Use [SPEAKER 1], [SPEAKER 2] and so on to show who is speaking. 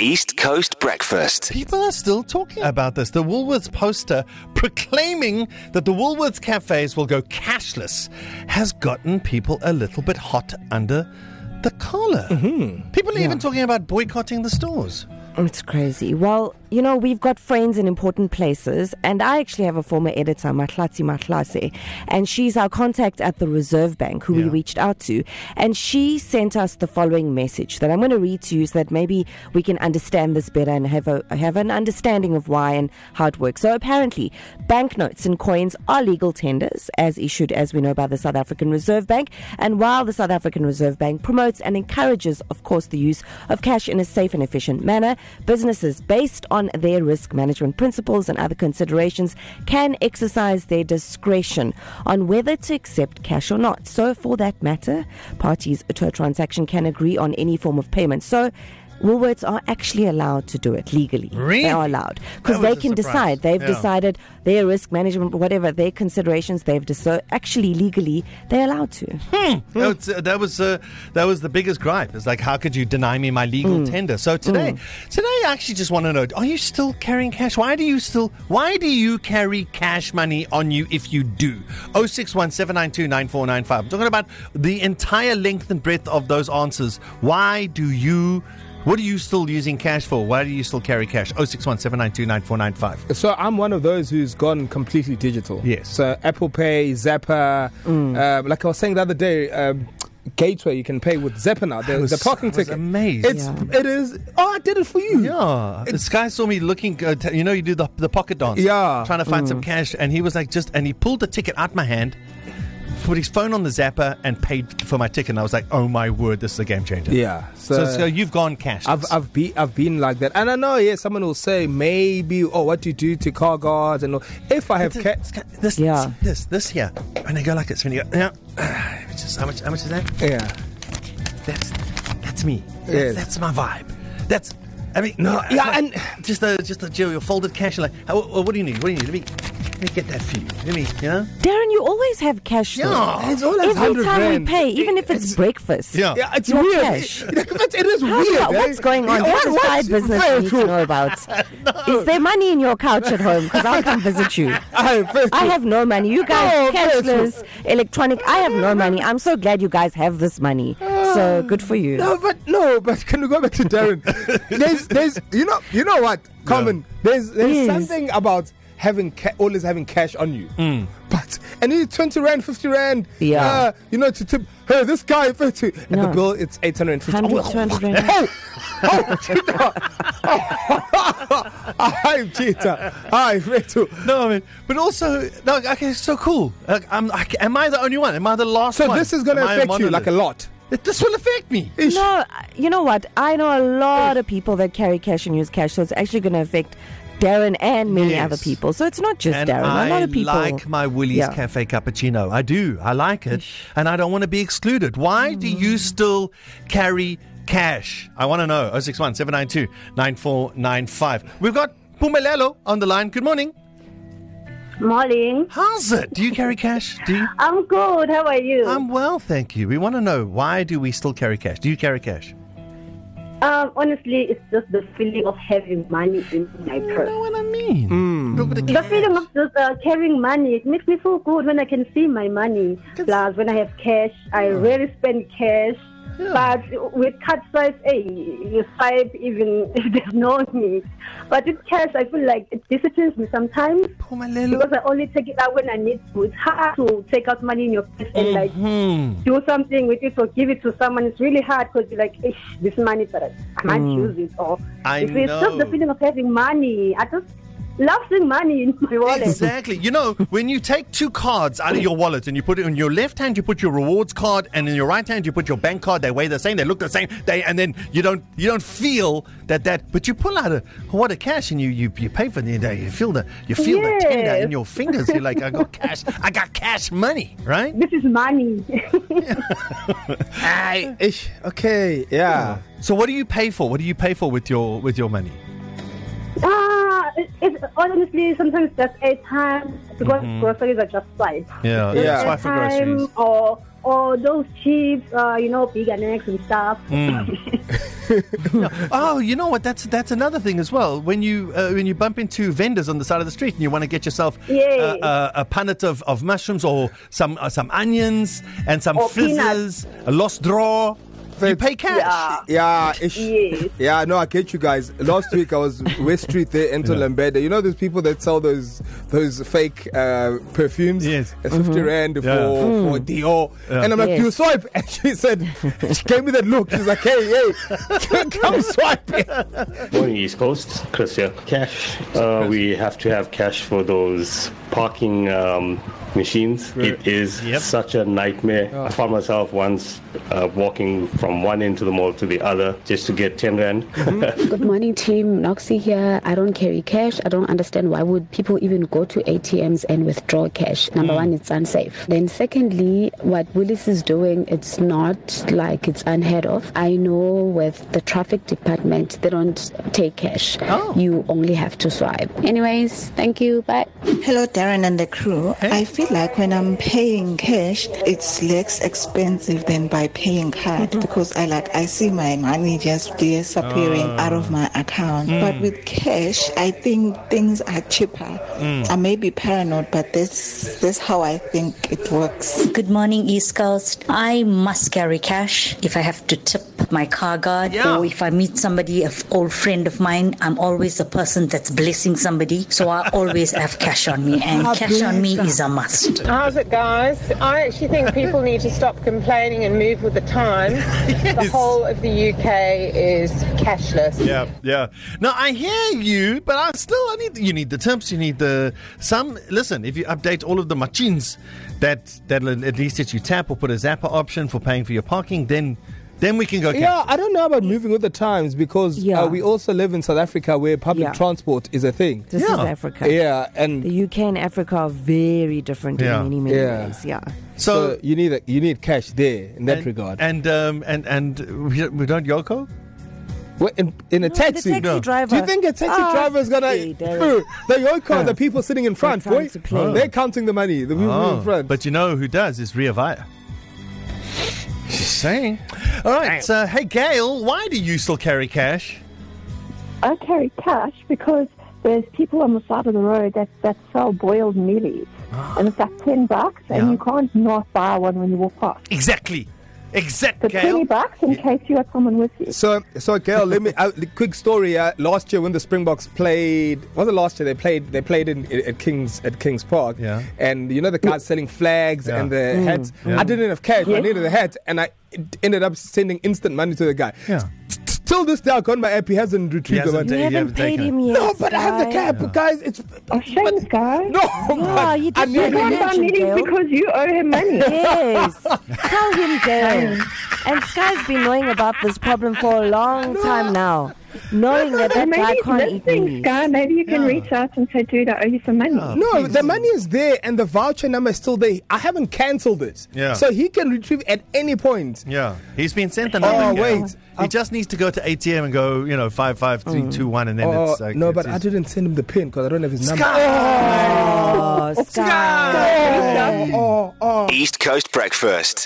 [SPEAKER 1] East Coast Breakfast.
[SPEAKER 2] People are still talking about this. The Woolworths poster proclaiming that the Woolworths cafes will go cashless has gotten people a little bit hot under the collar. People are even talking about boycotting the stores.
[SPEAKER 3] It's crazy. Well, you know, we've got friends in important places, and I actually have a former editor, Matlatsi Matlase, and she's our contact at the Reserve Bank, who we
[SPEAKER 2] Yeah.
[SPEAKER 3] reached out to. And she sent us the following message that I'm going to read to you so that maybe we can understand this better and have, a, have an understanding of why and how it works. So, apparently, banknotes and coins are legal tenders, as issued, as we know, by the South African Reserve Bank. And while the South African Reserve Bank promotes and encourages, of course, the use of cash in a safe and efficient manner, businesses, based on their risk management principles and other considerations, can exercise their discretion on whether to accept cash or not. So, for that matter, parties to a transaction can agree on any form of payment. So, Woolworths are actually allowed to do it legally.
[SPEAKER 2] Really?
[SPEAKER 3] They are allowed because
[SPEAKER 2] That was
[SPEAKER 3] they
[SPEAKER 2] a
[SPEAKER 3] can
[SPEAKER 2] surprise.
[SPEAKER 3] decide. They've
[SPEAKER 2] Yeah.
[SPEAKER 3] decided their risk management, whatever their considerations. They've decided actually legally they're allowed to.
[SPEAKER 2] That's, uh, that was uh, that was the biggest gripe. It's like, how could you deny me my legal tender? So today, today I actually just want to know: Are you still carrying cash? Why do you still? Why do you carry cash money on you if you do? Oh six one seven nine two nine four nine five. I'm talking about the entire length and breadth of those answers. Why do you? What are you still using cash for? Why do you still carry cash? Oh six one seven nine two nine four nine five.
[SPEAKER 4] So I'm one of those who's gone completely digital.
[SPEAKER 2] Yes. Mm.
[SPEAKER 4] So Apple Pay, Zappa, um, like I was saying the other day, um, Gateway, you can pay with Zappa now. The,
[SPEAKER 2] was-
[SPEAKER 4] the parking
[SPEAKER 2] I was
[SPEAKER 4] ticket.
[SPEAKER 2] amazed.
[SPEAKER 4] It's it is. Oh, I did it for you.
[SPEAKER 2] Yeah, this guy saw me looking. Uh, t- you know, you do the the pocket dance.
[SPEAKER 4] Yeah. Mm.
[SPEAKER 2] trying to find some cash, and he was like, just and he pulled the ticket out my hand, put his phone on the zapper, and paid for my ticket. And I was like, oh my word, this is a game changer.
[SPEAKER 4] Yeah. Uh,
[SPEAKER 2] So, so you've gone cash.
[SPEAKER 4] I've I've been I've been like that, and I know yeah, someone will say maybe oh what do you do to car guards and all. if I have ca-
[SPEAKER 2] this, this,
[SPEAKER 3] Yeah.
[SPEAKER 2] this, this here, and they go like this. When you go, yeah, It's just- how much? How much is that?
[SPEAKER 4] yeah
[SPEAKER 2] That's that's me. That's,
[SPEAKER 4] Yes.
[SPEAKER 2] that's my vibe. That's. I mean, no.
[SPEAKER 4] Yeah,
[SPEAKER 2] I-
[SPEAKER 4] and-
[SPEAKER 2] just the just the your folded cash. Like, how, what do you need? What do you need? Let me let me get that for you. Let me, you know.
[SPEAKER 3] Darren, you always have cash. though.
[SPEAKER 2] Yeah.
[SPEAKER 4] It's all like
[SPEAKER 3] Every
[SPEAKER 4] 100
[SPEAKER 3] time we
[SPEAKER 4] rand.
[SPEAKER 3] pay, even if it's, breakfast.
[SPEAKER 2] Yeah.
[SPEAKER 4] yeah it's
[SPEAKER 3] Your
[SPEAKER 4] weird
[SPEAKER 3] cash.
[SPEAKER 4] It- it is
[SPEAKER 3] How
[SPEAKER 4] weird
[SPEAKER 3] about-
[SPEAKER 4] eh?
[SPEAKER 3] what's going on?
[SPEAKER 4] Yeah,
[SPEAKER 3] That's a
[SPEAKER 4] what-
[SPEAKER 3] side
[SPEAKER 4] what?
[SPEAKER 3] business we need to know about. Is there money in your couch at home? Because I'll come visit you.
[SPEAKER 4] Aye, fair
[SPEAKER 3] I have no money. You guys,
[SPEAKER 4] Oh,
[SPEAKER 3] cashless, electronic. I have no money. I'm so glad you guys have this money. So good for you.
[SPEAKER 4] Oh. No, but no, but can we go back to Darren? there's, there's, you know, you know what, common. There's, there's
[SPEAKER 3] Yes.
[SPEAKER 4] something about having ca- always having cash on you.
[SPEAKER 2] Mm.
[SPEAKER 4] But and you need twenty rand, fifty rand.
[SPEAKER 3] Yeah.
[SPEAKER 4] uh, you know, to tip. Hey, this guy, fifty, and
[SPEAKER 3] No.
[SPEAKER 4] the bill it's eight hundred and fifty.
[SPEAKER 3] 100, 200 rand.
[SPEAKER 4] Oh, oh, you know. Hi, Peter. Hi, Rachel.
[SPEAKER 2] No, I mean, but also, no, okay, it's so cool. Like, I'm, I, am I the only one? Am I the last
[SPEAKER 4] So
[SPEAKER 2] one?
[SPEAKER 4] this is going to
[SPEAKER 2] Am I
[SPEAKER 4] affect you like a
[SPEAKER 2] monolith?
[SPEAKER 4] lot.
[SPEAKER 2] This will affect me.
[SPEAKER 4] Ish.
[SPEAKER 3] No, you know what? I know a lot of people that carry cash and use cash, so it's actually going to affect Darren and many
[SPEAKER 2] Yes.
[SPEAKER 3] other people. So it's not just
[SPEAKER 2] And
[SPEAKER 3] Darren.
[SPEAKER 2] I
[SPEAKER 3] a lot of people.
[SPEAKER 2] like my Willie's
[SPEAKER 3] Yeah.
[SPEAKER 2] Cafe cappuccino. I do. I like it, and I don't want to be excluded. Why do
[SPEAKER 3] Mm.
[SPEAKER 2] you still carry cash? I want to know. 061 792 9495. We've got Pumelelo on the line. Good morning.
[SPEAKER 5] Morning.
[SPEAKER 2] How's it? Do you carry cash? Do you?
[SPEAKER 3] Um,
[SPEAKER 5] I'm good. How are you?
[SPEAKER 2] I'm well, thank you. We want to know why do we still carry cash? Do you carry cash?
[SPEAKER 5] um, honestly, it's just the feeling of having money in my
[SPEAKER 2] You know
[SPEAKER 5] purse.
[SPEAKER 2] what I mean?
[SPEAKER 3] Mm.
[SPEAKER 2] Look at the
[SPEAKER 5] The feeling of just uh, carrying money, it makes me feel good when I can see my money. Plus, when I have cash, I rarely spend cash. But with card size, hey, you swipe even if there's no need. But with cash, I feel like it disciplines me sometimes because I only take it out when I need to. It's hard to take out money in your purse and like
[SPEAKER 2] Mm-hmm.
[SPEAKER 5] do something with it or give it to someone. It's really hard because you're like, "Ish, this money, but I can't use it. Or
[SPEAKER 2] Mm. I
[SPEAKER 5] it's, it's just the
[SPEAKER 2] know.
[SPEAKER 5] feeling of having money. I just love seeing money in my wallet.
[SPEAKER 2] Exactly. You know, when you take two cards out of your wallet and you put it in your left hand, you put your rewards card, and in your right hand, you put your bank card. They weigh the same. They look the same. They and then you don't you don't feel that that. But you pull out a what a cash, and you you, you pay for the day. You feel the you feel the tender
[SPEAKER 5] Yes.
[SPEAKER 2] in your fingers. You're like, I got cash. I got cash money, right?
[SPEAKER 5] This is money.
[SPEAKER 4] Aye, ish. Okay, yeah.
[SPEAKER 2] So what do you pay for? What do you pay for with your with your money?
[SPEAKER 5] ah, it, it's honestly sometimes just airtime because groceries are just swipe.
[SPEAKER 2] Mm-hmm. Yeah,
[SPEAKER 4] Yeah.
[SPEAKER 2] Swipe for
[SPEAKER 5] Airtime
[SPEAKER 2] groceries.
[SPEAKER 5] Or or those cheap, uh, you know, big eggs and stuff.
[SPEAKER 2] Mm. Oh, you know what? That's that's another thing as well. When you uh, when you bump into vendors on the side of the street and you want to get yourself uh,
[SPEAKER 5] Yay.
[SPEAKER 2] uh, a punnet of, of mushrooms or some uh, some onions and some
[SPEAKER 5] Or
[SPEAKER 2] fizzes, a lost draw, you pay cash.
[SPEAKER 5] Yeah.
[SPEAKER 4] Yeah, ish.
[SPEAKER 5] Yes.
[SPEAKER 4] yeah, no, I get you guys. Last week I was West Street there into Lambeda. You know those people that sell those those fake uh, perfumes?
[SPEAKER 2] Yes.
[SPEAKER 4] At 50 rand for, for Dior. And I'm like,
[SPEAKER 3] Yes.
[SPEAKER 4] you swipe. And she said, she gave me that look. She's like, hey, hey, come swipe it.
[SPEAKER 6] Morning, East Coast. Chris here. Cash. Uh, we have to have cash for those parking um, machines. It is
[SPEAKER 2] Yep.
[SPEAKER 6] such a nightmare. I found myself once uh, walking from one end to the mall to the other just to get 10 Rand.
[SPEAKER 7] Good morning, team. Noxie here. I don't carry cash. I don't understand why would people even go to ATMs and withdraw cash. Number one, it's unsafe. Then secondly, what Willis is doing, it's not like it's unheard of. I know with the traffic department, they don't take cash.
[SPEAKER 2] Oh.
[SPEAKER 7] You only have to swipe. Anyways, thank you. Bye.
[SPEAKER 8] Hello, Darren and the crew. I feel like when I'm paying cash, it's less expensive than by paying card because I like I see my money just disappearing out of my account. But with cash, I think things are cheaper. I may be paranoid, but this this how I think it works.
[SPEAKER 9] Good morning, East Coast. I must carry cash if I have to tip my car guard or if I meet somebody, an old friend of mine. I'm always the person that's blessing somebody, so I always have cash on me, and cash on me is a must.
[SPEAKER 10] How's it, guys? I actually think people need to stop complaining and move with the times. The whole of the UK is cashless.
[SPEAKER 2] Yeah, yeah. No, I hear you, but I still I need you need the terms, you need the some. Listen, if you update all of the machines, that that at least that you tap or put a Zappa option for paying for your parking, then then we can go.
[SPEAKER 4] Yeah, I don't know about moving with the times because
[SPEAKER 3] Yeah.
[SPEAKER 4] uh, we also live in South Africa where public
[SPEAKER 3] Yeah.
[SPEAKER 4] transport is a thing.
[SPEAKER 3] This is
[SPEAKER 2] Yeah.
[SPEAKER 3] Africa.
[SPEAKER 4] Yeah, and
[SPEAKER 3] The UK and Africa are very different
[SPEAKER 2] Yeah.
[SPEAKER 3] in many, many
[SPEAKER 4] Yeah.
[SPEAKER 3] ways. Yeah.
[SPEAKER 4] so, you need a, you need cash there in that
[SPEAKER 2] and,
[SPEAKER 4] regard.
[SPEAKER 2] And um, and and we don't- we don't Yoko.
[SPEAKER 4] Well, in, in
[SPEAKER 3] No,
[SPEAKER 4] a
[SPEAKER 3] the
[SPEAKER 4] taxi.
[SPEAKER 3] taxi No. driver.
[SPEAKER 4] Do you think a taxi
[SPEAKER 3] Ah,
[SPEAKER 4] driver is gonna?
[SPEAKER 3] hey, Derek.
[SPEAKER 4] the yoko, the people sitting in front,
[SPEAKER 3] time
[SPEAKER 4] boy.
[SPEAKER 3] to play.
[SPEAKER 4] They're counting the money. The people in front.
[SPEAKER 2] Ah. Oh. But you know who does is Ria Vaya. Just saying. All right. So, hey, Gail, why do you still carry cash?
[SPEAKER 11] I carry cash because there's people on the side of the road that, that sell boiled mealies. And it's like 10 bucks, and
[SPEAKER 2] Yeah.
[SPEAKER 11] you can't not buy one when you walk past.
[SPEAKER 2] Exactly. Exactly.
[SPEAKER 11] So 20 bucks in case you have someone with you.
[SPEAKER 4] so, so Gail, let me. Uh, the quick story. Uh, last year, when the Springboks played, was it last year they played? They played in, i- at Kings at Kings Park.
[SPEAKER 2] Yeah.
[SPEAKER 4] And you know the guys selling flags
[SPEAKER 2] Yeah.
[SPEAKER 4] and the
[SPEAKER 3] Mm.
[SPEAKER 4] hats. I didn't have cash. I needed a hat, and I it ended up sending instant money to the guy.
[SPEAKER 2] Yeah.
[SPEAKER 4] T- t- Till this day, I got my app. He hasn't
[SPEAKER 2] He
[SPEAKER 4] retrieved the
[SPEAKER 2] hasn't,
[SPEAKER 4] money.
[SPEAKER 3] You
[SPEAKER 2] you
[SPEAKER 3] haven't
[SPEAKER 2] haven't
[SPEAKER 3] paid
[SPEAKER 2] taken
[SPEAKER 3] him yet.
[SPEAKER 4] No, but I have the cap, guys. It's
[SPEAKER 11] Oh, shame, guy.
[SPEAKER 4] no.
[SPEAKER 3] Yeah, you
[SPEAKER 4] I
[SPEAKER 3] did
[SPEAKER 4] needed
[SPEAKER 11] Can't
[SPEAKER 3] not
[SPEAKER 4] it.
[SPEAKER 11] buy
[SPEAKER 3] mention
[SPEAKER 11] mealies
[SPEAKER 3] Gail.
[SPEAKER 11] because you owe him money.
[SPEAKER 3] Yes. Tell him, Gail. And Sky's been knowing about this problem for a long time now, knowing that
[SPEAKER 11] So
[SPEAKER 3] that guy
[SPEAKER 11] maybe he's
[SPEAKER 3] can't eat
[SPEAKER 11] listening,
[SPEAKER 3] meat.
[SPEAKER 11] Sky. Maybe you can
[SPEAKER 2] Yeah.
[SPEAKER 11] reach out and say, dude, I owe you some money.
[SPEAKER 4] No, the money is there and the voucher number is still there. I haven't cancelled it.
[SPEAKER 2] Yeah.
[SPEAKER 4] So he can retrieve at any point.
[SPEAKER 2] Yeah, he's been sent the
[SPEAKER 4] Oh,
[SPEAKER 2] number. Gail.
[SPEAKER 4] wait.
[SPEAKER 2] he just needs to go to ATM and go, you know, five five three two one, and then
[SPEAKER 4] Oh,
[SPEAKER 2] it's like
[SPEAKER 4] no,
[SPEAKER 2] it's
[SPEAKER 4] but
[SPEAKER 2] his-
[SPEAKER 4] I didn't send him the pin because I don't have his number.
[SPEAKER 3] Oh, Sky.
[SPEAKER 4] Oh, oh.
[SPEAKER 1] East Coast Breakfast.